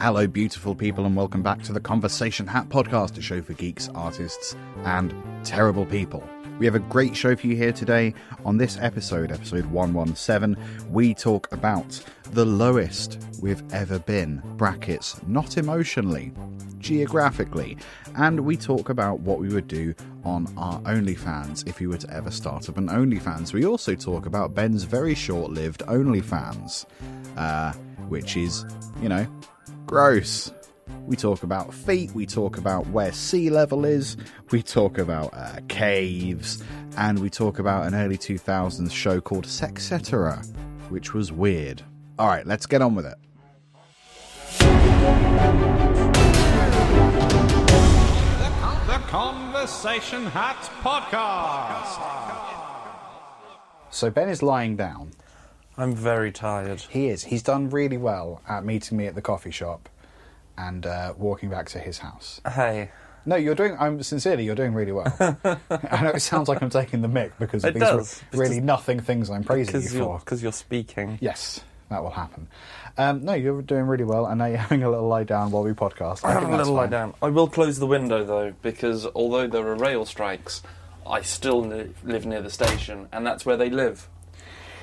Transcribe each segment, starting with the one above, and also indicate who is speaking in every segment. Speaker 1: Hello, beautiful people, and welcome back to the Conversation Hat podcast, a show for geeks, artists, and terrible people. We have a great show for you here today. On this episode, episode 117, we talk about the lowest we've ever been, brackets, not emotionally, geographically, and we talk about what we would do on our OnlyFans if we were to ever start up an OnlyFans. We also talk about Ben's very short lived OnlyFans, uh, which is, you know, gross. We talk about feet, we talk about where sea level is, we talk about uh, caves, and we talk about an early 2000s show called Sexetera, which was weird. All right, let's get on with it.
Speaker 2: The Conversation Hat Podcast.
Speaker 1: So, Ben is lying down.
Speaker 3: I'm very tired.
Speaker 1: He is. He's done really well at meeting me at the coffee shop and uh, walking back to his house.
Speaker 3: Hey,
Speaker 1: No, you're doing. I'm sincerely, you're doing really well. I know it sounds like I'm taking the mic because of
Speaker 3: It
Speaker 1: these
Speaker 3: does.
Speaker 1: re- really nothing things I'm praising you
Speaker 3: because
Speaker 1: for.
Speaker 3: you're, 'cause you're speaking.
Speaker 1: Yes, that will happen. Um, no, you're doing really well, and now you're having a little lie down while we podcast.
Speaker 3: I have
Speaker 1: think
Speaker 3: a
Speaker 1: that's
Speaker 3: little lie
Speaker 1: fine.
Speaker 3: down. I will close the window though, because although there are rail strikes, I still li- live near the station, and that's where they live.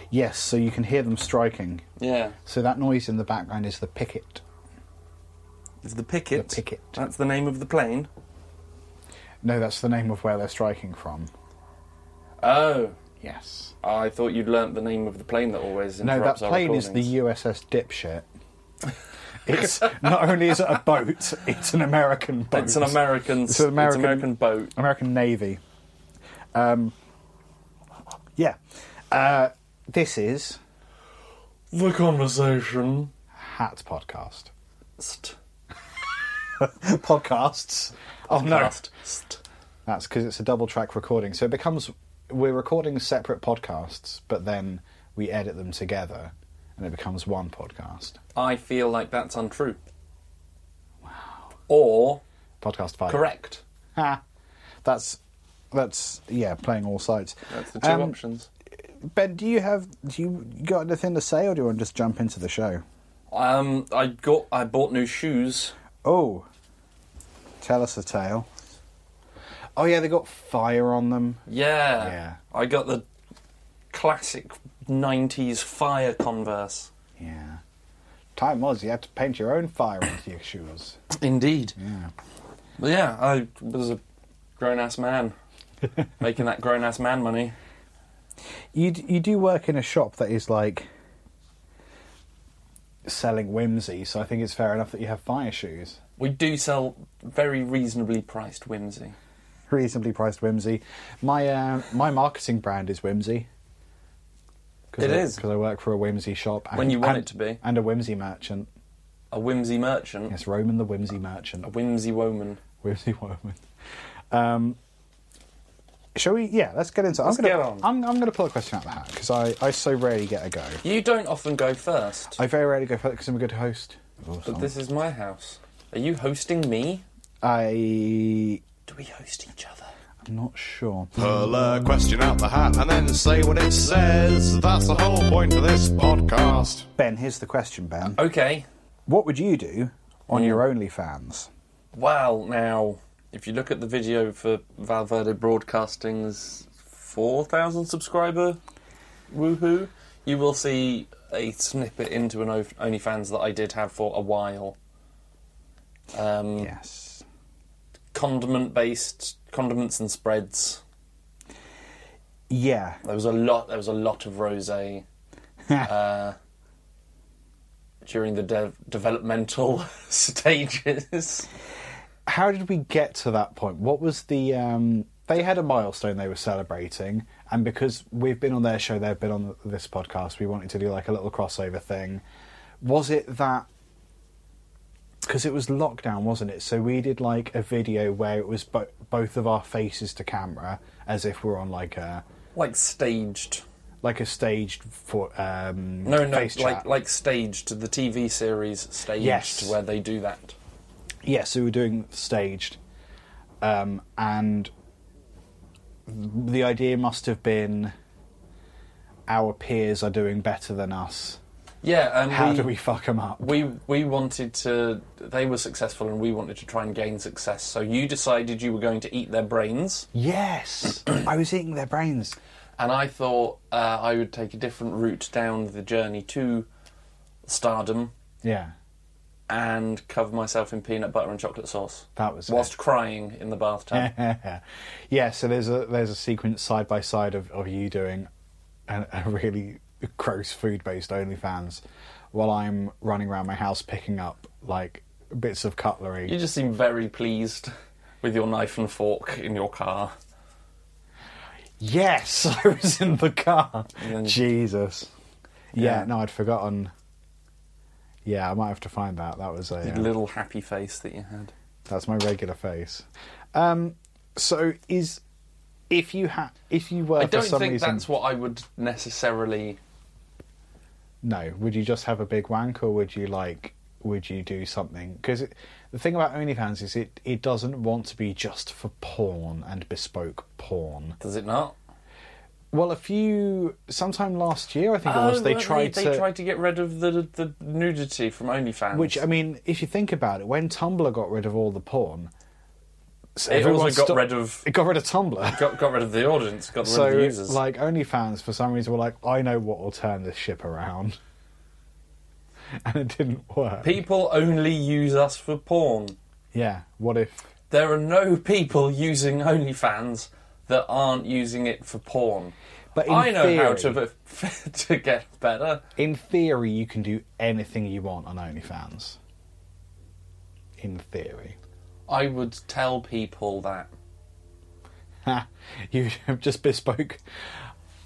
Speaker 1: Yes, so you can hear them striking.
Speaker 3: Yeah,
Speaker 1: So that noise in the background is the picket.
Speaker 3: it's the picket.
Speaker 1: The picket.
Speaker 3: That's the name of the plane.
Speaker 1: No, that's the name of where they're striking from.
Speaker 3: Oh,
Speaker 1: Yes.
Speaker 3: I thought you'd learnt the name of the plane that always
Speaker 1: No, that
Speaker 3: interrupts our
Speaker 1: plane is the
Speaker 3: recordings.
Speaker 1: USS Dipshit. It's not only is it a boat, it's an American boat.
Speaker 3: It's an American.
Speaker 1: It's an American-
Speaker 3: it's American boat.
Speaker 1: American Navy. Um, yeah. Uh, this is
Speaker 3: The conversation.
Speaker 1: Hat Podcast. Podcasts. Oh no, That's because it's a double track recording. So it becomes we're recording separate podcasts, but then we edit them together and it becomes one podcast.
Speaker 3: I feel like that's untrue. Wow. Or
Speaker 1: Podcast five.
Speaker 3: correct.
Speaker 1: Ah, that's that's yeah, playing all sides.
Speaker 3: That's the two
Speaker 1: Um,
Speaker 3: options.
Speaker 1: Ben, do you have do you got anything to say or do you want to just jump into the show?
Speaker 3: Um, I got I bought new shoes.
Speaker 1: Oh. Tell us a tale. Oh yeah, they got fire on them.
Speaker 3: Yeah.
Speaker 1: Yeah.
Speaker 3: I got the classic '90s fire Converse.
Speaker 1: Yeah. Time was you had to paint your own fire onto your shoes.
Speaker 3: Indeed.
Speaker 1: Yeah.
Speaker 3: But yeah, I was a grown ass man making that grown ass man money.
Speaker 1: You d- you do work in a shop that is like selling whimsy, so I think it's fair enough that you have fire shoes,
Speaker 3: We do sell very reasonably priced whimsy.
Speaker 1: reasonably priced whimsy. My uh, my marketing brand is whimsy. Cause
Speaker 3: It
Speaker 1: I,
Speaker 3: is.
Speaker 1: because I work for a whimsy shop. And,
Speaker 3: When you want
Speaker 1: and-
Speaker 3: it to be.
Speaker 1: and a whimsy merchant.
Speaker 3: A whimsy merchant,
Speaker 1: Yes, Roman the whimsy
Speaker 3: a
Speaker 1: merchant,
Speaker 3: whimsy woman.
Speaker 1: whimsy woman. Um, shall we? Yeah, let's get into.
Speaker 3: Let's
Speaker 1: I'm gonna,
Speaker 3: get on.
Speaker 1: I'm, I'm going to pull a question out of the hat because I, I so rarely get a go.
Speaker 3: You don't often go first,
Speaker 1: I very rarely go for because I'm a good host.
Speaker 3: but this is my house. Are you hosting me?
Speaker 1: I
Speaker 3: Do we host each other?
Speaker 1: I'm not sure.
Speaker 2: Pull a question out the hat and then say what it says. That's the whole point of this podcast.
Speaker 1: Ben, here's the question, Ben.
Speaker 3: Okay,
Speaker 1: What would you do
Speaker 3: Hmm.
Speaker 1: on your OnlyFans?
Speaker 3: Well, now, if you look at the video for Valverde Broadcasting's 4,000 subscriber woohoo, you will see a snippet into an O- OnlyFans that I did have for a while. Um,
Speaker 1: Yes.
Speaker 3: Condiment based condiments and spreads.
Speaker 1: Yeah.
Speaker 3: There was a lot. There was a lot of rosé uh, during the dev developmental stages.
Speaker 1: How did we get to that point? What was the? Um, they had a milestone they were celebrating, and because we've been on their show, they've been on this podcast. We wanted to do like a little crossover thing. Was it that? Because it was lockdown, wasn't it? So we did like a video where it was bo- both of our faces to camera, as if we're on like a
Speaker 3: Like staged.
Speaker 1: like a staged for um
Speaker 3: No, no,
Speaker 1: face
Speaker 3: like
Speaker 1: chat.
Speaker 3: like staged the TV series staged
Speaker 1: Yes.
Speaker 3: where they do that.
Speaker 1: yeah so we were doing staged um and the idea must have been our peers are doing better than us
Speaker 3: Yeah, and
Speaker 1: How
Speaker 3: we,
Speaker 1: do we fuck them up?
Speaker 3: we we wanted to they were successful and we wanted to try and gain success so you decided you were going to eat their brains
Speaker 1: Yes, I was eating their brains.
Speaker 3: and i thought uh, i would take a different route down the journey to stardom
Speaker 1: Yeah,
Speaker 3: and cover myself in peanut butter and chocolate sauce
Speaker 1: that was
Speaker 3: whilst crying in the bathtub
Speaker 1: it. yeah, so there's a there's a sequence side by side of, of you doing a, a really gross food based OnlyFans while I'm running around my house picking up like bits of cutlery.
Speaker 3: you just seem very pleased with your knife and fork in your car
Speaker 1: Yes, I was in the car.
Speaker 3: then-
Speaker 1: Jesus. Yeah,
Speaker 3: Yeah.
Speaker 1: no, I'd forgotten. Yeah, I might have to find that. That was a.
Speaker 3: the
Speaker 1: uh,
Speaker 3: little happy face that you had
Speaker 1: that's my regular face. Um, so is if you ha- if you were
Speaker 3: i
Speaker 1: for
Speaker 3: don't
Speaker 1: some
Speaker 3: think
Speaker 1: reason
Speaker 3: that's what i would necessarily
Speaker 1: no, would you just have a big wank or would you like would you do something? Because the thing about OnlyFans is it it doesn't want to be just for porn and bespoke porn.
Speaker 3: does it not
Speaker 1: Well, a few sometime last year I think it was they
Speaker 3: weren't
Speaker 1: tried
Speaker 3: Oh, they,
Speaker 1: to
Speaker 3: they tried to get rid of the the nudity from OnlyFans.
Speaker 1: Which um, I mean, if you think about it, when Tumblr got rid of all the porn, so
Speaker 3: It also
Speaker 1: everyone
Speaker 3: got rid of-
Speaker 1: it got rid of Tumblr.
Speaker 3: got got rid of the audience, got rid
Speaker 1: so
Speaker 3: of the users.
Speaker 1: like OnlyFans, for some reason, were like, I know what will turn this ship around, and it didn't work.
Speaker 3: people only use us for porn.
Speaker 1: yeah, what if?
Speaker 3: There are no people using OnlyFans that aren't using it for porn.
Speaker 1: But in
Speaker 3: I know how
Speaker 1: theory-
Speaker 3: to to get better.
Speaker 1: In theory, you can do anything you want on OnlyFans. In theory,
Speaker 3: I would tell people that.
Speaker 1: Ha, you have just bespoke.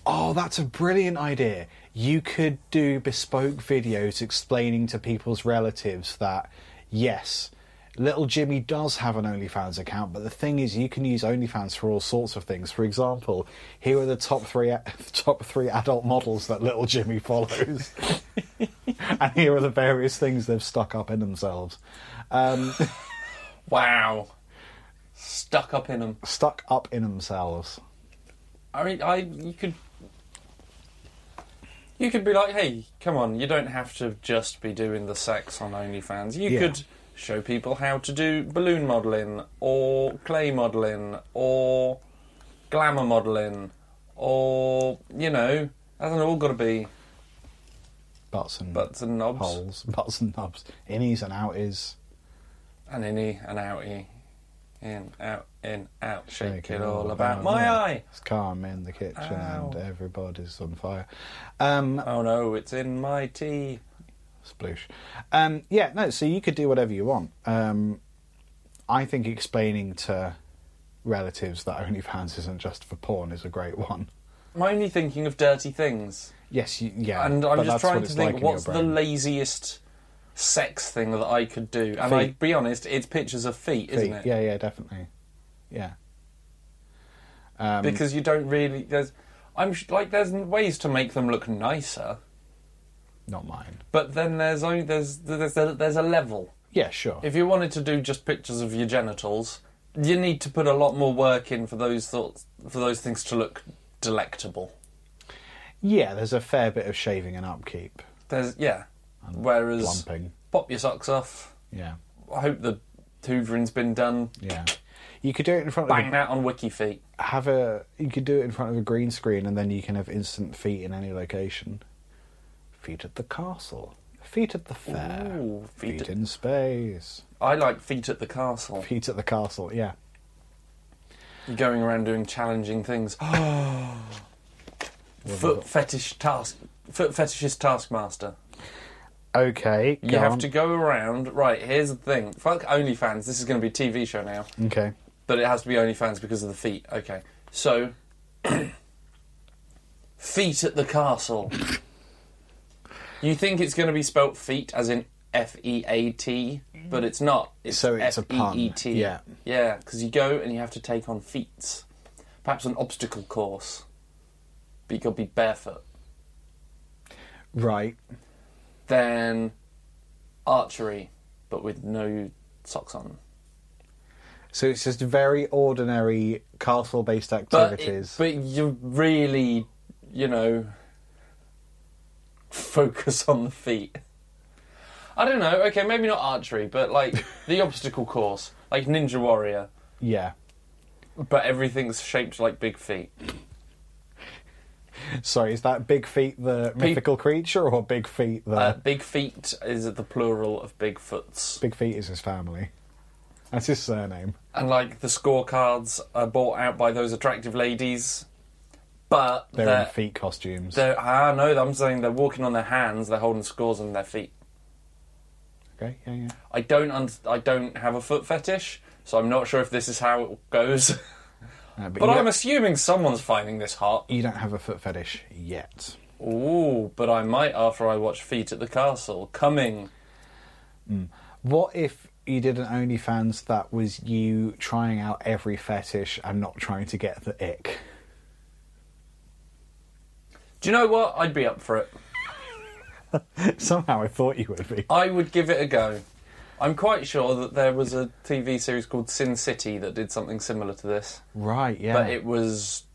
Speaker 1: Oh, that's a brilliant idea. You could do bespoke videos explaining to people's relatives that, yes, little Jimmy does have an OnlyFans account, but the thing is, you can use OnlyFans for all sorts of things. For example, here are the top three top three adult models that little Jimmy follows, and here are the various things they've stuck up in themselves. Um,
Speaker 3: Wow, stuck up in them.
Speaker 1: stuck up in themselves.
Speaker 3: I mean, I you could you could be like, hey, come on, you don't have to just be doing the sex on OnlyFans. You
Speaker 1: Yeah.
Speaker 3: could show people how to do balloon modelling or clay modelling or glamour modelling or you know, hasn't it all got to be
Speaker 1: Butts and
Speaker 3: butts and knobs
Speaker 1: holes, butts and knobs, innies and outies.
Speaker 3: and innie and outie, in out in out. Shake,
Speaker 1: Make
Speaker 3: it all about
Speaker 1: round.
Speaker 3: my
Speaker 1: Yeah.
Speaker 3: eye.
Speaker 1: It's calm in the kitchen
Speaker 3: Ow.
Speaker 1: and everybody's on fire. Um,
Speaker 3: Oh no, it's in my tea.
Speaker 1: sploosh. Um, yeah, no. So you could do whatever you want. Um, I think explaining to relatives that OnlyFans isn't just for porn is a great one.
Speaker 3: I'm only thinking of dirty things.
Speaker 1: Yes, you, yeah.
Speaker 3: and
Speaker 1: but
Speaker 3: I'm just
Speaker 1: that's what
Speaker 3: trying to
Speaker 1: it's
Speaker 3: think
Speaker 1: like in your
Speaker 3: what's the
Speaker 1: brain.
Speaker 3: laziest sex thing that I could do. And
Speaker 1: Feet.
Speaker 3: I be honest, it's pictures of feet, isn't it?
Speaker 1: Yeah, yeah, definitely. Yeah. Um,
Speaker 3: Because you don't really there's I'm sh- like there's n- ways to make them look nicer,
Speaker 1: not mine.
Speaker 3: but then there's only there's there's a, there's a level.
Speaker 1: Yeah, sure.
Speaker 3: If you wanted to do just pictures of your genitals, you need to put a lot more work in for those thoughts for those things to look delectable.
Speaker 1: yeah, there's a fair bit of shaving and upkeep.
Speaker 3: There's yeah. Whereas
Speaker 1: Plumping.
Speaker 3: pop your socks off.
Speaker 1: Yeah.
Speaker 3: I hope the hoovering's been done.
Speaker 1: Yeah. You could do it in front of
Speaker 3: Bang
Speaker 1: a,
Speaker 3: that on wiki feet.
Speaker 1: have a you could do it in front of a green screen and then you can have instant feet in any location. Feet at the castle. Feet at the fair.
Speaker 3: Ooh, feet
Speaker 1: feet
Speaker 3: at-
Speaker 1: in space.
Speaker 3: I like Feet at the Castle.
Speaker 1: Feet at the castle, yeah.
Speaker 3: You're going around doing challenging things. foot fetish task, foot fetishist taskmaster.
Speaker 1: Okay.
Speaker 3: You
Speaker 1: go
Speaker 3: have
Speaker 1: on.
Speaker 3: to go around. Right, here's the thing. Fuck OnlyFans. This is going to be a TV show now,
Speaker 1: Okay.
Speaker 3: but it has to be OnlyFans because of the feet. Okay, so feet at the castle. you think it's going to be spelt feet as in F E A T, but it's not. It's
Speaker 1: So it's a pun,
Speaker 3: F-E-E-T.
Speaker 1: yeah.
Speaker 3: yeah, because you go and you have to take on feats, perhaps an obstacle course, but you got to be barefoot.
Speaker 1: Right.
Speaker 3: Then archery, but with no socks on.
Speaker 1: So it's just very ordinary castle based
Speaker 3: But,
Speaker 1: activities.
Speaker 3: it- but you really, you know, focus on the feet. I don't know. Okay, maybe not archery, but like the obstacle course, like Ninja Warrior,
Speaker 1: Yeah.
Speaker 3: but everything's shaped like big feet.
Speaker 1: Sorry, is that Big Feet the mythical creature or Big Feet the.
Speaker 3: Uh, big feet is the plural of bigfoots.
Speaker 1: Big Feet is his family. That's his surname.
Speaker 3: and like the scorecards are bought out by those attractive ladies, but
Speaker 1: They're,
Speaker 3: they're
Speaker 1: in feet costumes.
Speaker 3: they're- ah no, I'm saying they're walking on their hands. They're holding scores on their feet.
Speaker 1: Okay, yeah, yeah.
Speaker 3: I don't un- I don't have a foot fetish, so I'm not sure if this is how it goes.
Speaker 1: Uh,
Speaker 3: but
Speaker 1: you,
Speaker 3: I'm
Speaker 1: don't,
Speaker 3: assuming someone's finding this hot.
Speaker 1: you don't have a foot fetish yet.
Speaker 3: Ooh, but I might after I watch Feet at the Castle coming.
Speaker 1: What if you did an OnlyFans that was you trying out every fetish and not trying to get the ick?
Speaker 3: Do you know what? I'd be up for it.
Speaker 1: Somehow I thought you would be.
Speaker 3: I would give it a go. I'm quite sure that there was a TV series called Sin City that did something similar to this.
Speaker 1: Right, yeah.
Speaker 3: but it was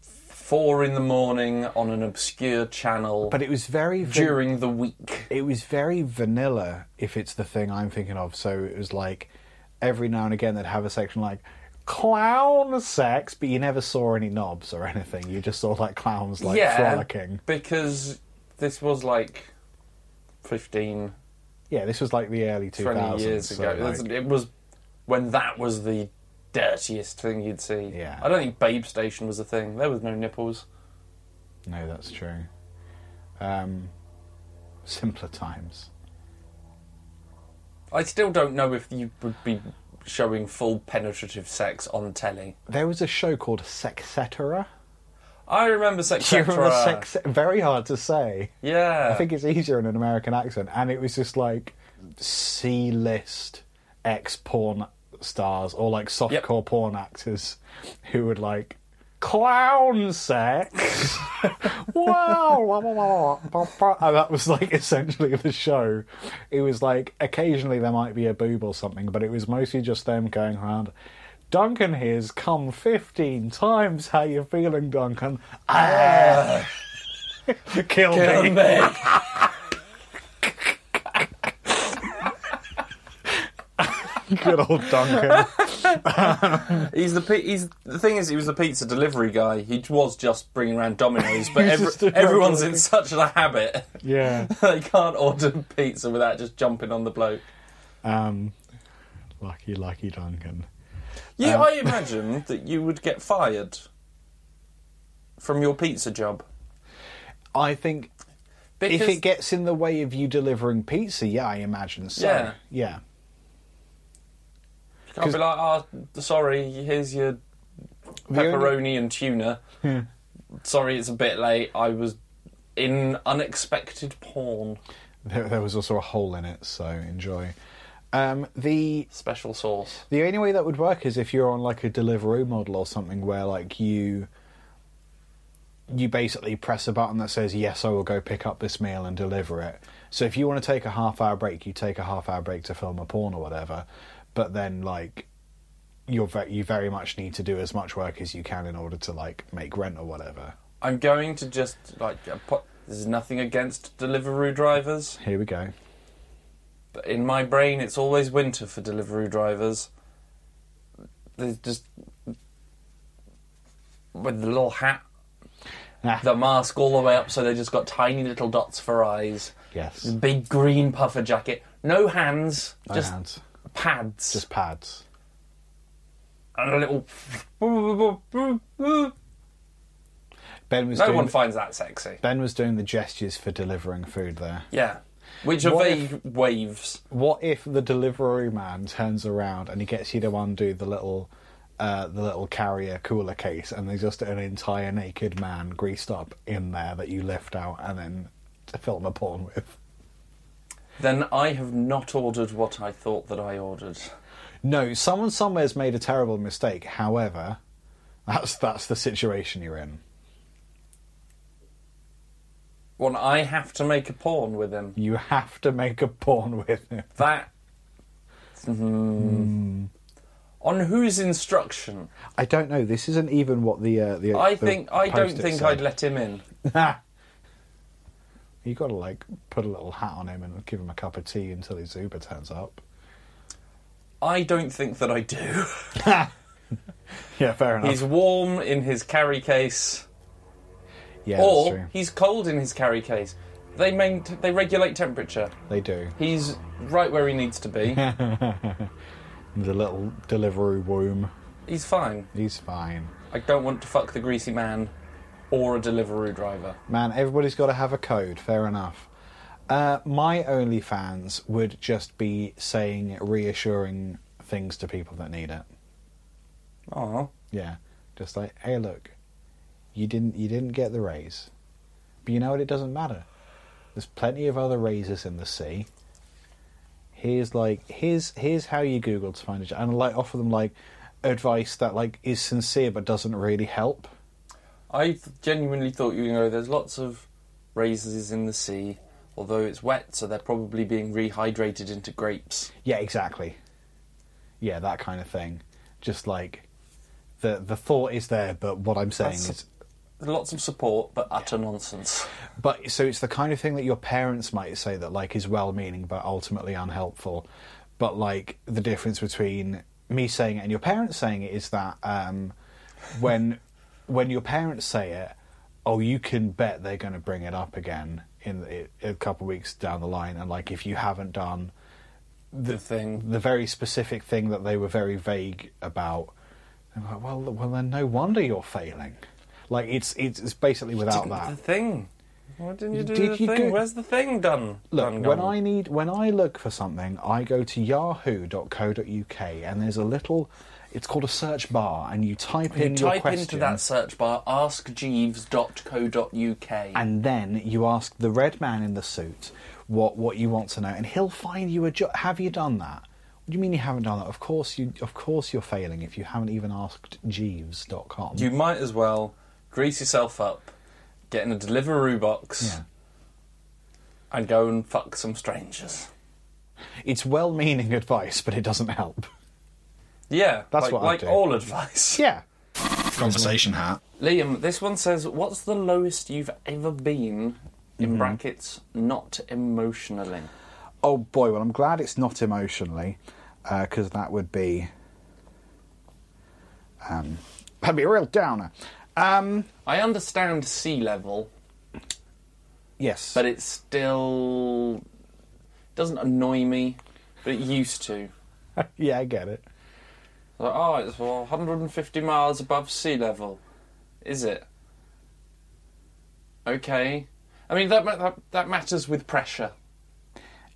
Speaker 3: four in the morning on an obscure channel
Speaker 1: But it was very van-
Speaker 3: during the week.
Speaker 1: it was very vanilla if it's the thing I'm thinking of. So it was like every now and again they'd have a section like clown sex, but you never saw any knobs or anything. You just saw like clowns like
Speaker 3: yeah,
Speaker 1: frolicking.
Speaker 3: because this was like 15,
Speaker 1: Yeah, this was like the early
Speaker 3: 20
Speaker 1: 2000s.
Speaker 3: years
Speaker 1: so,
Speaker 3: ago.
Speaker 1: like-
Speaker 3: That's- It was when that was the dirtiest thing you'd see.
Speaker 1: Yeah.
Speaker 3: I don't think Babe Station was a thing. There was no nipples.
Speaker 1: No, that's true. Um, simpler times.
Speaker 3: I still don't know if you would be showing full penetrative sex on telly.
Speaker 1: There was a show called Sexetera.
Speaker 3: I remember sex.
Speaker 1: Do you remember sex? Very hard to say.
Speaker 3: Yeah.
Speaker 1: I think it's easier in an American accent. And it was just like C list ex porn stars or like softcore porn actors who would like clown sex. wow. wah, wah, wah, wah, wah. And that was like essentially the show. It was like occasionally there might be a boob or something, but it was mostly just them going around. Duncan here's come 15 times. How you feeling, Duncan? Ah. Kill, me. Good old Duncan.
Speaker 3: He's the pi- he's the thing is he was the pizza delivery guy. He was just bringing around Domino's, but
Speaker 1: He's
Speaker 3: every,
Speaker 1: just a
Speaker 3: everyone's
Speaker 1: regular
Speaker 3: in such a habit
Speaker 1: yeah.
Speaker 3: they can't order pizza without just jumping on the bloke.
Speaker 1: Um, lucky, lucky Duncan.
Speaker 3: Yeah,
Speaker 1: Um.
Speaker 3: I imagine that you would get fired from your pizza job
Speaker 1: I think
Speaker 3: because
Speaker 1: if it gets in the way of you delivering pizza, yeah, I imagine so.
Speaker 3: Yeah.
Speaker 1: Yeah.
Speaker 3: you can't be like, oh, sorry, here's your
Speaker 1: The only- Hmm.
Speaker 3: pepperoni and tuna. Sorry, it's a bit late. I was in unexpected porn.
Speaker 1: There, there was also a hole in it, so enjoy. Um, the
Speaker 3: Special sauce.
Speaker 1: The only way that would work is if you're on like a Deliveroo model or something where like you you basically press a button that says yes I will go pick up this meal and deliver it. So if you want to take a half hour break, you take a half hour break to film a porn or whatever, but then like you're ve- you very much need to do as much work as you can in order to like make rent or whatever.
Speaker 3: I'm going to just like uh, put. There's nothing against Deliveroo drivers,
Speaker 1: Here we go.
Speaker 3: but in my brain, it's always winter for Deliveroo drivers. There's just with the little hat,
Speaker 1: Ah,
Speaker 3: the mask all the way up, so they just got tiny little dots for eyes.
Speaker 1: yes.
Speaker 3: Big green puffer jacket, no hands,
Speaker 1: No
Speaker 3: just
Speaker 1: hands.
Speaker 3: pads,
Speaker 1: Just pads.
Speaker 3: and a little. No
Speaker 1: Ben was doing
Speaker 3: one finds that sexy.
Speaker 1: Ben was doing the gestures for delivering food there.
Speaker 3: Yeah, which are
Speaker 1: What
Speaker 3: vague waves.
Speaker 1: What if the delivery man turns around and he gets you to undo the little, uh, the little carrier cooler case, and there's just an entire naked man greased up in there that you lift out and then to film a porn with?
Speaker 3: Then I have not ordered what I thought that I ordered.
Speaker 1: No, someone somewhere's made a terrible mistake. However, that's that's the situation you're in.
Speaker 3: Well, I have to make a porn with him.
Speaker 1: You have to make a porn with him.
Speaker 3: That.
Speaker 1: Mm-hmm.
Speaker 3: Hmm. On whose instruction?
Speaker 1: I don't know. This isn't even what the uh, the.
Speaker 3: I
Speaker 1: the
Speaker 3: think I don't
Speaker 1: post-it
Speaker 3: think
Speaker 1: said.
Speaker 3: I'd let him in.
Speaker 1: Ha! You got to like put a little hat on him and give him a cup of tea until his Uber turns up.
Speaker 3: I don't think that I do.
Speaker 1: Yeah, fair enough.
Speaker 3: he's warm in his carry case,
Speaker 1: yeah, that's
Speaker 3: or
Speaker 1: true.
Speaker 3: he's cold in his carry case. They main they regulate temperature.
Speaker 1: They do.
Speaker 3: He's right where he needs to be.
Speaker 1: The little delivery womb.
Speaker 3: he's fine.
Speaker 1: He's fine.
Speaker 3: I don't want to fuck the greasy man or a Deliveroo driver.
Speaker 1: Man, everybody's got to have a code. Fair enough. Uh, my OnlyFans would just be saying reassuring things to people that need it.
Speaker 3: Oh,
Speaker 1: Yeah, just like, hey, look, you didn't you didn't get the raise, but you know what? It doesn't matter. There's plenty of other raises in the sea. Here's like here's here's how you Google to find a job, and like offer them like advice that like is sincere but doesn't really help.
Speaker 3: I th- genuinely thought you know there's lots of raisins in the sea, although it's wet, so they're probably being rehydrated into grapes.
Speaker 1: Yeah, exactly. Yeah, that kind of thing. Just like the the thought is there, but what I'm saying
Speaker 3: That's-
Speaker 1: is
Speaker 3: Lots of support, but utter nonsense.
Speaker 1: But so it's the kind of thing that your parents might say that like is well-meaning but ultimately unhelpful. But like the difference between me saying it and your parents saying it is that um, when when your parents say it, oh, you can bet they're going to bring it up again in, i a couple of weeks down the line, and like if you haven't done
Speaker 3: The thing.
Speaker 1: the very specific thing that they were very vague about, they're like, well, well, then no wonder you're failing. Like it's it's, it's basically without that.
Speaker 3: The thing. Why didn't you do
Speaker 1: Did
Speaker 3: the
Speaker 1: you
Speaker 3: thing?
Speaker 1: go-
Speaker 3: Where's the thing done?
Speaker 1: Look,
Speaker 3: Done
Speaker 1: when
Speaker 3: gone?
Speaker 1: I need when I look for something, I go to yahoo.co.uk and there's a little it's called a search bar and you type
Speaker 3: You
Speaker 1: in your
Speaker 3: type
Speaker 1: question
Speaker 3: into that search bar askjeeves.co.uk.
Speaker 1: and then you ask the red man in the suit what what you want to know and he'll find you a job. Have you done that? What do you mean you haven't done that? Of course you of course you're failing if you haven't even asked jeeves.com.
Speaker 3: You might as well grease yourself up, get in a Deliveroo box,
Speaker 1: Yeah.
Speaker 3: and go and fuck some strangers.
Speaker 1: It's well-meaning advice, but it doesn't help.
Speaker 3: Yeah,
Speaker 1: That's
Speaker 3: like,
Speaker 1: what I'd
Speaker 3: like
Speaker 1: do.
Speaker 3: all advice.
Speaker 1: Yeah.
Speaker 4: Conversation hat.
Speaker 3: Liam, this one says, "What's the lowest you've ever been?" In
Speaker 1: Mm-hmm.
Speaker 3: brackets, not emotionally.
Speaker 1: Oh boy, well, I'm glad it's not emotionally, because that would be. Um, that'd be a real downer. Um,
Speaker 3: I understand sea level,
Speaker 1: yes.
Speaker 3: but it still doesn't annoy me, but it used to.
Speaker 1: yeah, I get it.
Speaker 3: Like, oh, it's well, 150 miles above sea level. Is it? Okay. I mean, that, ma- that, that matters with pressure.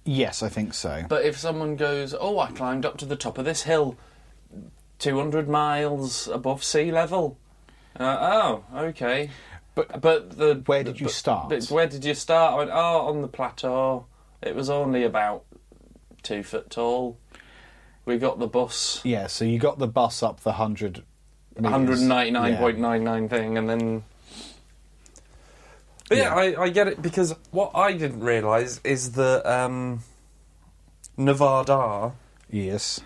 Speaker 1: Yes, I think so.
Speaker 3: But if someone goes, oh, I climbed up to the top of this hill 200 miles above sea level. Uh, oh, okay.
Speaker 1: But-
Speaker 3: but the
Speaker 1: Where did you
Speaker 3: but-
Speaker 1: start?
Speaker 3: but where did you start? I went, oh, on the plateau. It was only about two foot tall. We got the bus.
Speaker 1: yeah, so you got the bus up the hundred. meters.
Speaker 3: 199.99 thing, and then. But yeah, I, I get it because what I didn't realise is that um, Nevada
Speaker 1: Yeah. Yes.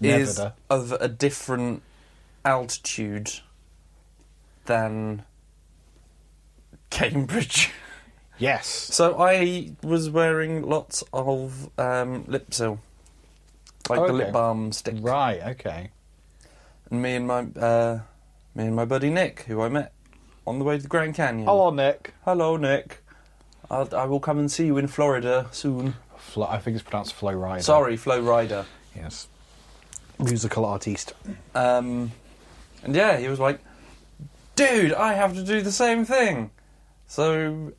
Speaker 3: is
Speaker 1: Nevada.
Speaker 3: of a different altitude than Cambridge.
Speaker 1: Yes.
Speaker 3: so I was wearing lots of um, lip seal, like
Speaker 1: Oh,
Speaker 3: the
Speaker 1: okay.
Speaker 3: lip balm stick.
Speaker 1: Right. Okay.
Speaker 3: And me and my uh, me and my buddy Nick, who I met on the way to the Grand Canyon.
Speaker 1: Hello, Nick.
Speaker 3: Hello, Nick. I'll, I will come and see you in Florida soon.
Speaker 1: Flo- I think it's pronounced Flo Rider.
Speaker 3: Sorry, Flow Rider.
Speaker 1: Yes. Musical artiste.
Speaker 3: Um, and yeah, he was like, "Dude, I have to do the same thing." So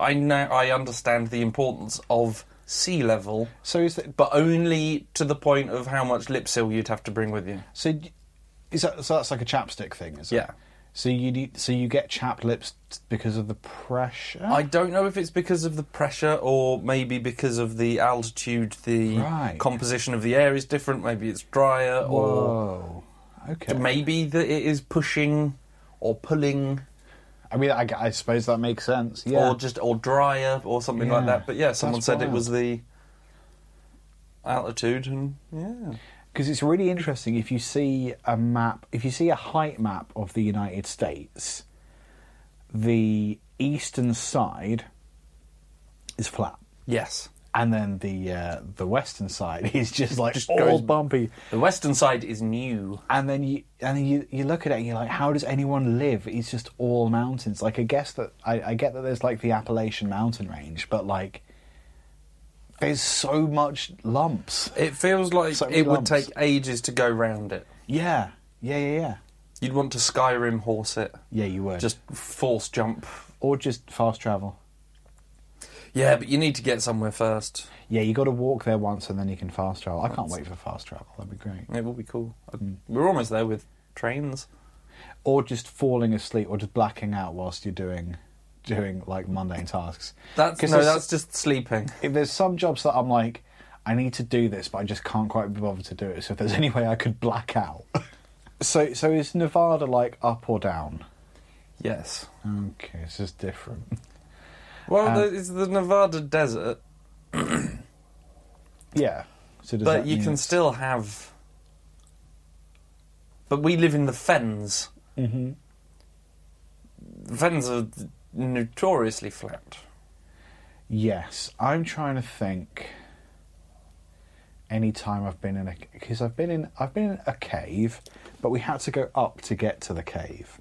Speaker 3: I now I understand the importance of sea level,
Speaker 1: So is that?
Speaker 3: but only to the point of how much lip seal you'd have to bring with you.
Speaker 1: So d- is that? So that's like a chapstick thing, is it?
Speaker 3: Yeah.
Speaker 1: So you need, so you get chapped lips t- because of the pressure.
Speaker 3: I don't know if it's because of the pressure or maybe because of the altitude, the
Speaker 1: Right.
Speaker 3: composition of the air is different. Maybe it's drier or
Speaker 1: Whoa. Okay.
Speaker 3: maybe that it is pushing or pulling
Speaker 1: I mean, I, g- I suppose that makes sense. Yeah.
Speaker 3: or just or drier or something
Speaker 1: Yeah.
Speaker 3: like that. But yeah, someone
Speaker 1: That's
Speaker 3: said it
Speaker 1: wild.
Speaker 3: was the altitude and yeah.
Speaker 1: Because it's really interesting if you see a map, if you see a height map of the United States, the eastern side is flat.
Speaker 3: Yes.
Speaker 1: And then the uh, the western side is just like
Speaker 3: Just
Speaker 1: all
Speaker 3: goes-
Speaker 1: bumpy.
Speaker 3: The western side is new.
Speaker 1: and then you and then you, you look at it and you're like, how does anyone live? It's just all mountains. Like I guess that I, I get that there's like the Appalachian mountain range, but like there's so much lumps.
Speaker 3: It feels like
Speaker 1: So many
Speaker 3: it would
Speaker 1: lumps.
Speaker 3: take ages to go round it.
Speaker 1: Yeah, yeah, yeah, yeah.
Speaker 3: You'd want to Skyrim horse it.
Speaker 1: Yeah, you would.
Speaker 3: Just force jump.
Speaker 1: or just fast travel.
Speaker 3: Yeah, but you need to get somewhere first.
Speaker 1: Yeah, you got to walk there once and then you can fast travel. I can't wait for fast travel. That'd be great.
Speaker 3: It will be cool. Mm. We're almost there with trains.
Speaker 1: Or just falling asleep or just blacking out whilst you're doing doing like mundane tasks.
Speaker 3: That's
Speaker 1: 'Cause
Speaker 3: no,
Speaker 1: there's-
Speaker 3: that's just sleeping.
Speaker 1: if there's some jobs that I'm like, I need to do this, but I just can't quite be bothered to do it. So if there's any way I could black out. so so is Nevada like up or down?
Speaker 3: Yes. Um,
Speaker 1: Okay, it's just different.
Speaker 3: Well, the, it's the Nevada desert,
Speaker 1: Yeah. So does
Speaker 3: but
Speaker 1: that
Speaker 3: you
Speaker 1: mean
Speaker 3: can
Speaker 1: it's-
Speaker 3: still have. But we live in the fens.
Speaker 1: Mhm.
Speaker 3: The fens are notoriously flat.
Speaker 1: Yes, I'm trying to think. Any time I've been in a because I've been in I've been in a cave, but we had to go up to get to the cave.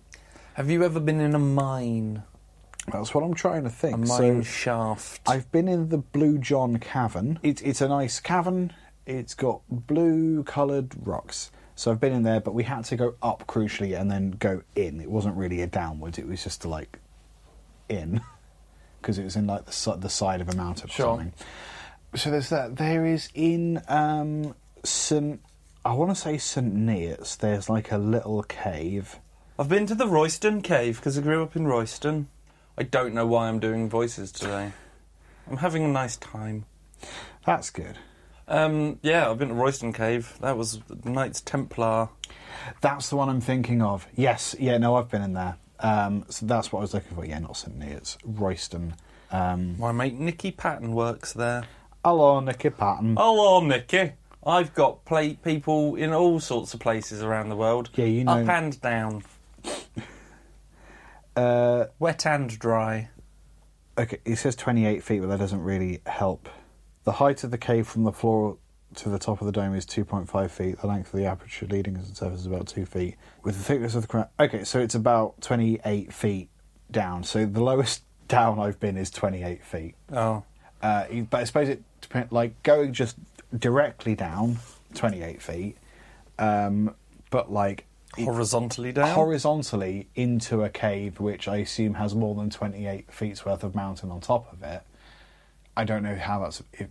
Speaker 3: Have you ever been in a mine?
Speaker 1: That's what I'm trying to think.
Speaker 3: A
Speaker 1: So-
Speaker 3: mine shaft?
Speaker 1: I've been in the Blue John Cavern. It's it's a nice cavern. It's got blue coloured rocks. So I've been in there, but we had to go up crucially and then go in. It wasn't really a downwards. It was just like in because it was in like the si- the side of a mountain
Speaker 3: Sure.
Speaker 1: or something. So there's that. There is in um, St. I want to say St. Neots. There's like a little cave.
Speaker 3: I've been to the Royston Cave because I grew up in Royston. I don't know why I'm doing voices today. I'm having a nice time.
Speaker 1: That's good.
Speaker 3: Um, yeah, I've been to Royston Cave. That was the Knights Templar.
Speaker 1: That's the one I'm thinking of. Yes, yeah, no, I've been in there. Um, so that's what I was looking for. Yeah, not St. Neots, Royston. Um,
Speaker 3: My mate Nicky Patton works there.
Speaker 1: hello, Nicky Patton.
Speaker 3: Hello, Nicky. I've got pla people in all sorts of places around the world.
Speaker 1: Yeah, you
Speaker 3: Up
Speaker 1: know-
Speaker 3: and down,
Speaker 1: Uh,
Speaker 3: wet and dry.
Speaker 1: okay, it says 28 feet, but that doesn't really help. The height of the cave from the floor to the top of the dome is 2.5 feet. The length of the aperture leading to the surface is about 2 feet. With the thickness of the crown. Okay, so it's about 28 feet down. So the lowest down I've been is 28 feet.
Speaker 3: Oh,
Speaker 1: Uh, you- but I suppose it depends. Like going just directly down, twenty-eight feet, um, but like it-
Speaker 3: horizontally down.
Speaker 1: horizontally into a cave, which I assume has more than twenty-eight feet's worth of mountain on top of it. I don't know how that's if,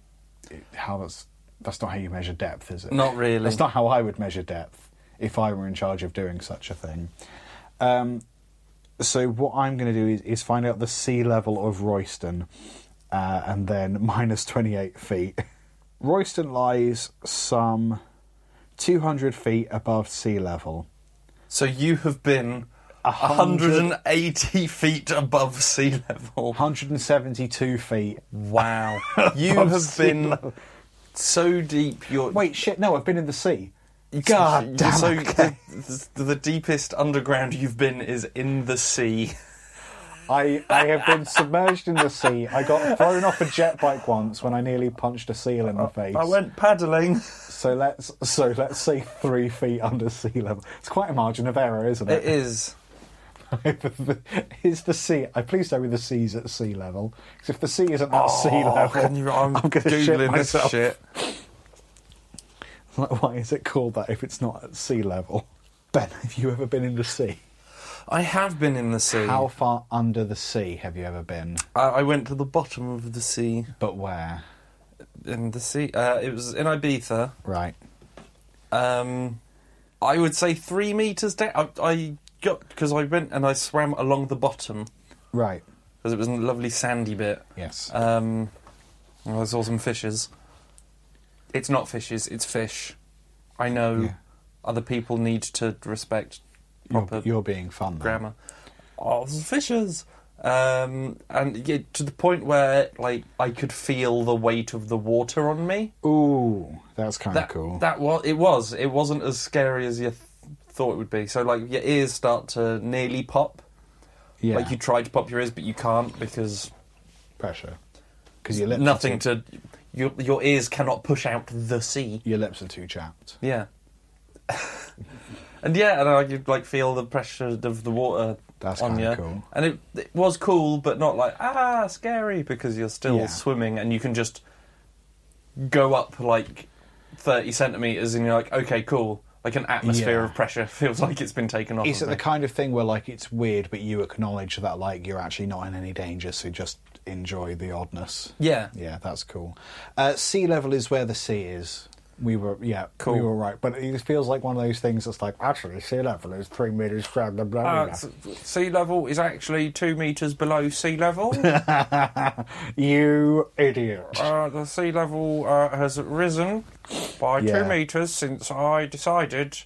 Speaker 1: if, how that's that's not how you measure depth, is it?
Speaker 3: Not really.
Speaker 1: That's not how I would measure depth if I were in charge of doing such a thing. Um, so what I'm going to do is, is find out the sea level of Royston, uh, and then minus 28 feet. Royston lies some 200 feet above sea level.
Speaker 3: so you have been
Speaker 1: hundred-
Speaker 3: 180 feet above sea level.
Speaker 1: 172 feet.
Speaker 3: Wow. You
Speaker 1: Above
Speaker 3: have
Speaker 1: sea
Speaker 3: been so deep. You're,
Speaker 1: Wait, shit! No, I've been in the sea.
Speaker 3: It's-
Speaker 1: God
Speaker 3: you're
Speaker 1: damn,
Speaker 3: So
Speaker 1: okay.
Speaker 3: the, the, the deepest underground you've been is in the sea.
Speaker 1: I, I have been submerged in the sea. I got thrown off a jet bike once when I nearly punched a seal in the face.
Speaker 3: I went paddling.
Speaker 1: So let's so let's say three feet under sea level. It's quite a margin of error, isn't it?
Speaker 3: It is.
Speaker 1: is the sea? I please tell me the sea's at sea level. Because if the sea isn't at sea
Speaker 3: Oh,
Speaker 1: level,
Speaker 3: can you- I'm,
Speaker 1: gonna shit
Speaker 3: googling this
Speaker 1: myself.
Speaker 3: shit.
Speaker 1: Like, why is it called that if it's not at sea level? Ben, have you ever been in the sea?
Speaker 3: I have been in the sea.
Speaker 1: How far under the sea have you ever been?
Speaker 3: I, I went to the bottom of the sea.
Speaker 1: But where?
Speaker 3: In the sea, uh, it was in Ibiza.
Speaker 1: Right.
Speaker 3: Um, I would say three meters down. I, I got because I went and I swam along the bottom
Speaker 1: Right.
Speaker 3: because it was a lovely sandy bit.
Speaker 1: Yes.
Speaker 3: Um, well, I saw some fishes. It's not fishes, it's fish. I know
Speaker 1: Yeah.
Speaker 3: other people need to respect
Speaker 1: you're,
Speaker 3: proper
Speaker 1: you're being fun. then.
Speaker 3: grammar. Oh, there's fishes! Um, and yeah, to the point where, like, I could feel the weight of the water on me.
Speaker 1: Ooh, that's kind of
Speaker 3: That
Speaker 1: Ah, cool.
Speaker 3: that was it was it wasn't as scary as you th- thought it would be. So like your ears start to nearly pop.
Speaker 1: yeah.
Speaker 3: Like you try to pop your ears, but you can't because
Speaker 1: pressure. because your lips
Speaker 3: Nothing
Speaker 1: Are too,
Speaker 3: to. Your, your ears cannot push out the sea.
Speaker 1: your lips are too chapped.
Speaker 3: Yeah. and yeah, and I could like feel the pressure of the water
Speaker 1: That's
Speaker 3: on
Speaker 1: kinda
Speaker 3: you.
Speaker 1: cool.
Speaker 3: And it, it was cool, but not like ah scary because you're still
Speaker 1: Yeah.
Speaker 3: swimming and you can just go up like thirty centimeters and you're like okay cool. Like an atmosphere
Speaker 1: Yeah.
Speaker 3: of pressure feels like it's been taken off.
Speaker 1: Is
Speaker 3: of
Speaker 1: it the
Speaker 3: me.
Speaker 1: kind of thing where like it's weird, but you acknowledge that like you're actually not in any danger, so just enjoy the oddness?
Speaker 3: Yeah.
Speaker 1: yeah, that's cool. Uh, sea level is where the sea is. We were yeah,
Speaker 3: Cool.
Speaker 1: we were right, but it feels like one of those things that's like actually sea level is three meters from the
Speaker 3: Uh,
Speaker 1: blah, blah,
Speaker 3: s- sea level is actually two meters below sea level.
Speaker 1: blah. You idiot!
Speaker 3: Uh, the sea level uh, has risen by
Speaker 1: Yeah.
Speaker 3: two metres since I decided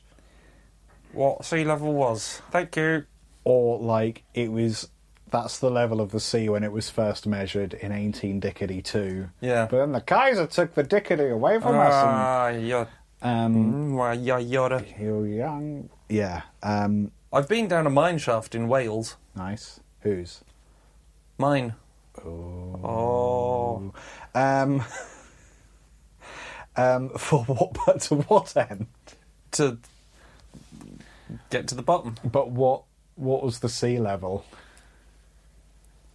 Speaker 3: what sea level was. Thank you.
Speaker 1: Or like it was. That's the level of the sea when it was first measured in 18 Dickety 2.
Speaker 3: Yeah.
Speaker 1: But then the Kaiser took the Dickety away from us
Speaker 3: Ah, yeah.
Speaker 1: and Oh, um,
Speaker 3: Mm, wah, yeah, yada.
Speaker 1: Hill Young. Yeah. Um,
Speaker 3: I've been down a mine shaft in Wales.
Speaker 1: nice. Who's?
Speaker 3: Mine.
Speaker 1: Oh. Um, um, for what? But to what end?
Speaker 3: To get to the bottom.
Speaker 1: But what? What was the sea level?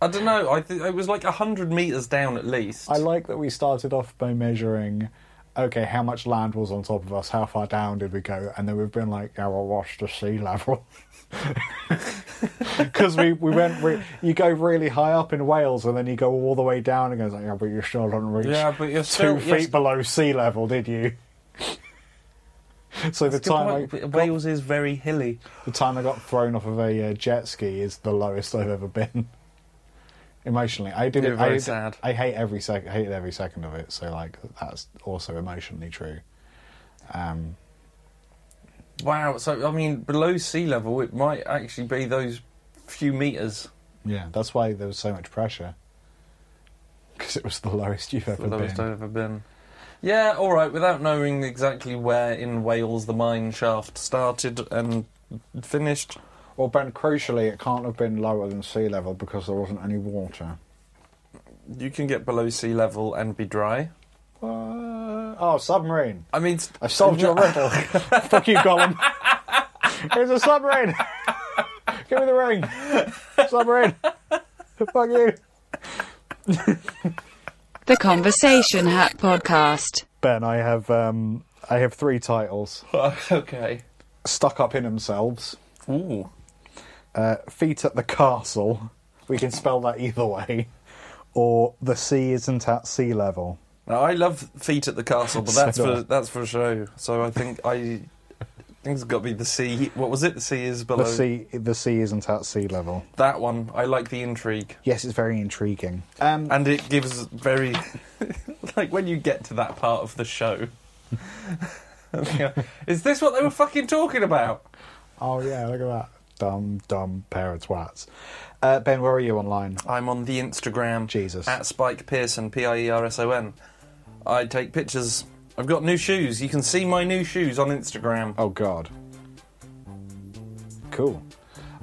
Speaker 3: I don't know. I th- it was like 100 metres down at least.
Speaker 1: I like that we started off by measuring. Okay, how much land was on top of us? How far down did we go? And then we've been like, yeah, well, what's the sea level? Because we, we went, re- you go really high up in Wales and then you go all the way down and goes like, yeah, but you still don't reach
Speaker 3: Yeah, but you're
Speaker 1: two
Speaker 3: still-
Speaker 1: feet
Speaker 3: you're st-
Speaker 1: below sea level, did you? so the
Speaker 3: Good
Speaker 1: time, I
Speaker 3: point.
Speaker 1: got,
Speaker 3: Wales is very hilly.
Speaker 1: the time I got thrown off of a uh, jet ski is the lowest I've ever been. Emotionally, I do.
Speaker 3: You're
Speaker 1: I,
Speaker 3: very sad.
Speaker 1: I hate every sec- I hate every second of it. So like that's also emotionally true. Um,
Speaker 3: Wow. So, I mean, below sea level, it might actually be those few metres.
Speaker 1: yeah, that's why there was so much pressure because it was the lowest you've ever
Speaker 3: the lowest
Speaker 1: been.
Speaker 3: I've ever been. Yeah, all right. Without knowing exactly where in Wales the mine shaft started and finished,
Speaker 1: Well, Ben, crucially, it can't have been lower than sea level because there wasn't any water.
Speaker 3: you can get below sea level and be dry.
Speaker 1: What? Oh, submarine.
Speaker 3: I mean, s-
Speaker 1: I solved your riddle. Fuck you, Colin. Here's a submarine. Give me the ring. Submarine. Fuck you.
Speaker 5: The Conversation Hat Podcast.
Speaker 1: Ben, I have um, I have three titles:
Speaker 3: okay.
Speaker 1: Stuck Up in Themselves,
Speaker 3: Ooh,
Speaker 1: uh, Feet at the Castle. We can spell that either way, or The Sea Isn't at Sea Level.
Speaker 3: now I love feet at the castle, but
Speaker 1: So
Speaker 3: that's
Speaker 1: do I.
Speaker 3: for that's for show. So I think I think it's got to be the sea. What was it? The sea is below
Speaker 1: The sea, the sea isn't at sea level.
Speaker 3: that one. I like the intrigue,
Speaker 1: Yes, it's very intriguing. Um,
Speaker 3: and it gives very like when you get to that part of the show. Is this what they were fucking talking about?
Speaker 1: oh yeah, look at that dumb, dumb pair of twats. Uh, ben, where are you online?
Speaker 3: I'm on the Instagram.
Speaker 1: Jesus.
Speaker 3: At Spike Pearson, P I E R S O N. I take pictures. I've got new shoes. You can see my new shoes on Instagram.
Speaker 1: Oh God. Cool.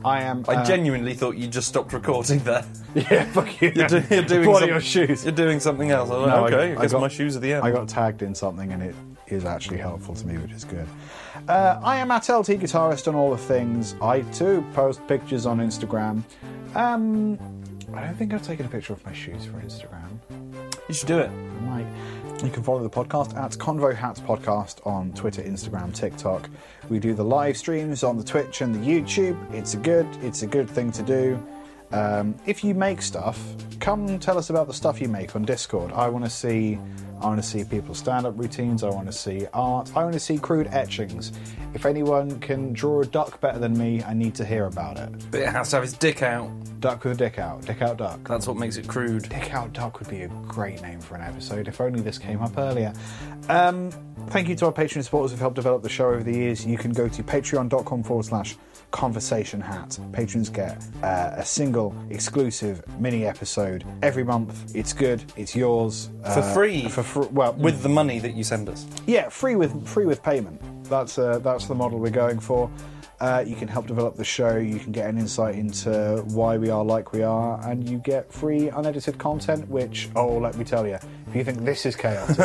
Speaker 1: I am.
Speaker 3: I
Speaker 1: uh,
Speaker 3: genuinely thought you just stopped recording there.
Speaker 1: yeah, fuck you.
Speaker 3: You're, do- you're doing
Speaker 1: What are
Speaker 3: some-
Speaker 1: your shoes?
Speaker 3: You're doing something else. I was
Speaker 1: No,
Speaker 3: like, okay, I, guess
Speaker 1: got-
Speaker 3: my shoes are the end.
Speaker 1: I got tagged in something, and it is actually helpful to me, which is good. Uh, I am at LT Guitarist on all the things. I too post pictures on Instagram. Um, I don't think I've taken a picture of my shoes for Instagram.
Speaker 3: you should do it.
Speaker 1: Right. You can follow the podcast at Convo Hats Podcast on Twitter, Instagram, TikTok. We do the live streams on the Twitch and the YouTube. It's a good, it's a good thing to do. Um, if you make stuff, come tell us about the stuff you make on Discord. I want to see, I want to see people's stand-up routines. I want to see art. I want to see crude etchings. If anyone can draw a duck better than me, I need to hear about it.
Speaker 3: But it has to have its dick out.
Speaker 1: Duck with a dick out, dick out duck.
Speaker 3: That's what makes it crude.
Speaker 1: Dick Out Duck would be a great name for an episode, if only this came up earlier. Um, thank you to our Patreon supporters who've helped develop the show over the years. You can go to patreon.com forward slash conversation hat. Patrons get uh, a single exclusive mini episode episode every month. It's good. It's yours Uh,
Speaker 6: For free.
Speaker 1: For fr- well,
Speaker 6: with the money that you send us.
Speaker 1: yeah, free with free with payment. That's uh, that's the model we're going for. Uh, you can help develop the show. You can get an insight into why we are like we are, and you get free unedited content. Which, oh, let me tell you, if you think this is chaotic,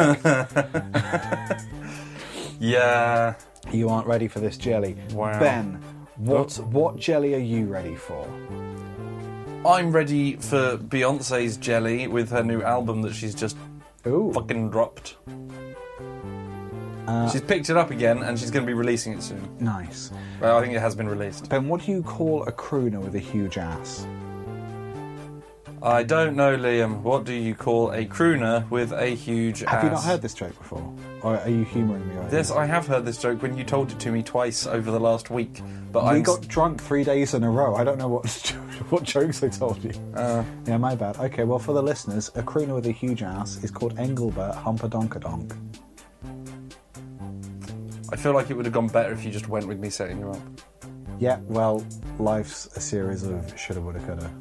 Speaker 6: Yeah.
Speaker 1: you aren't ready for this jelly.
Speaker 6: Wow.
Speaker 1: Ben, what what jelly are you ready for?
Speaker 3: I'm ready for Beyonce's Jelly with her new album that she's just
Speaker 1: Ooh,
Speaker 3: fucking dropped.
Speaker 1: Uh,
Speaker 3: she's picked it up again and she's going to be releasing it soon.
Speaker 1: nice.
Speaker 3: Well, I think it has been released.
Speaker 1: Ben, what do you call a crooner with a huge ass?
Speaker 3: I don't know, Liam. What do you call a crooner with a huge
Speaker 1: Have
Speaker 3: ass?
Speaker 1: you not heard this joke before, or are you humouring me? Right
Speaker 3: This I have heard this joke when you told it to me twice over the last week, but
Speaker 1: We
Speaker 3: I
Speaker 1: got drunk three days in a row. I don't know what what jokes they told you. yeah, my bad. Okay, well, for the listeners, a crooner with a huge ass is called Engelbert Humpadonkadonk.
Speaker 3: I feel like it would have gone better if you just went with me setting you up.
Speaker 1: Yeah, well, life's a series of shoulda, woulda, coulda.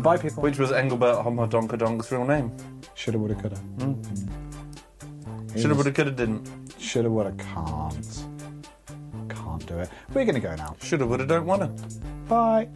Speaker 1: Bye, people.
Speaker 3: Which was Engelbert Homodonkadong's real name.
Speaker 1: Shoulda, woulda, coulda.
Speaker 3: Should have, would have, could have, didn't.
Speaker 1: Shoulda, woulda, can't. Can't do it. We're going to go now.
Speaker 3: Should have, would have, don't want to.
Speaker 1: Bye.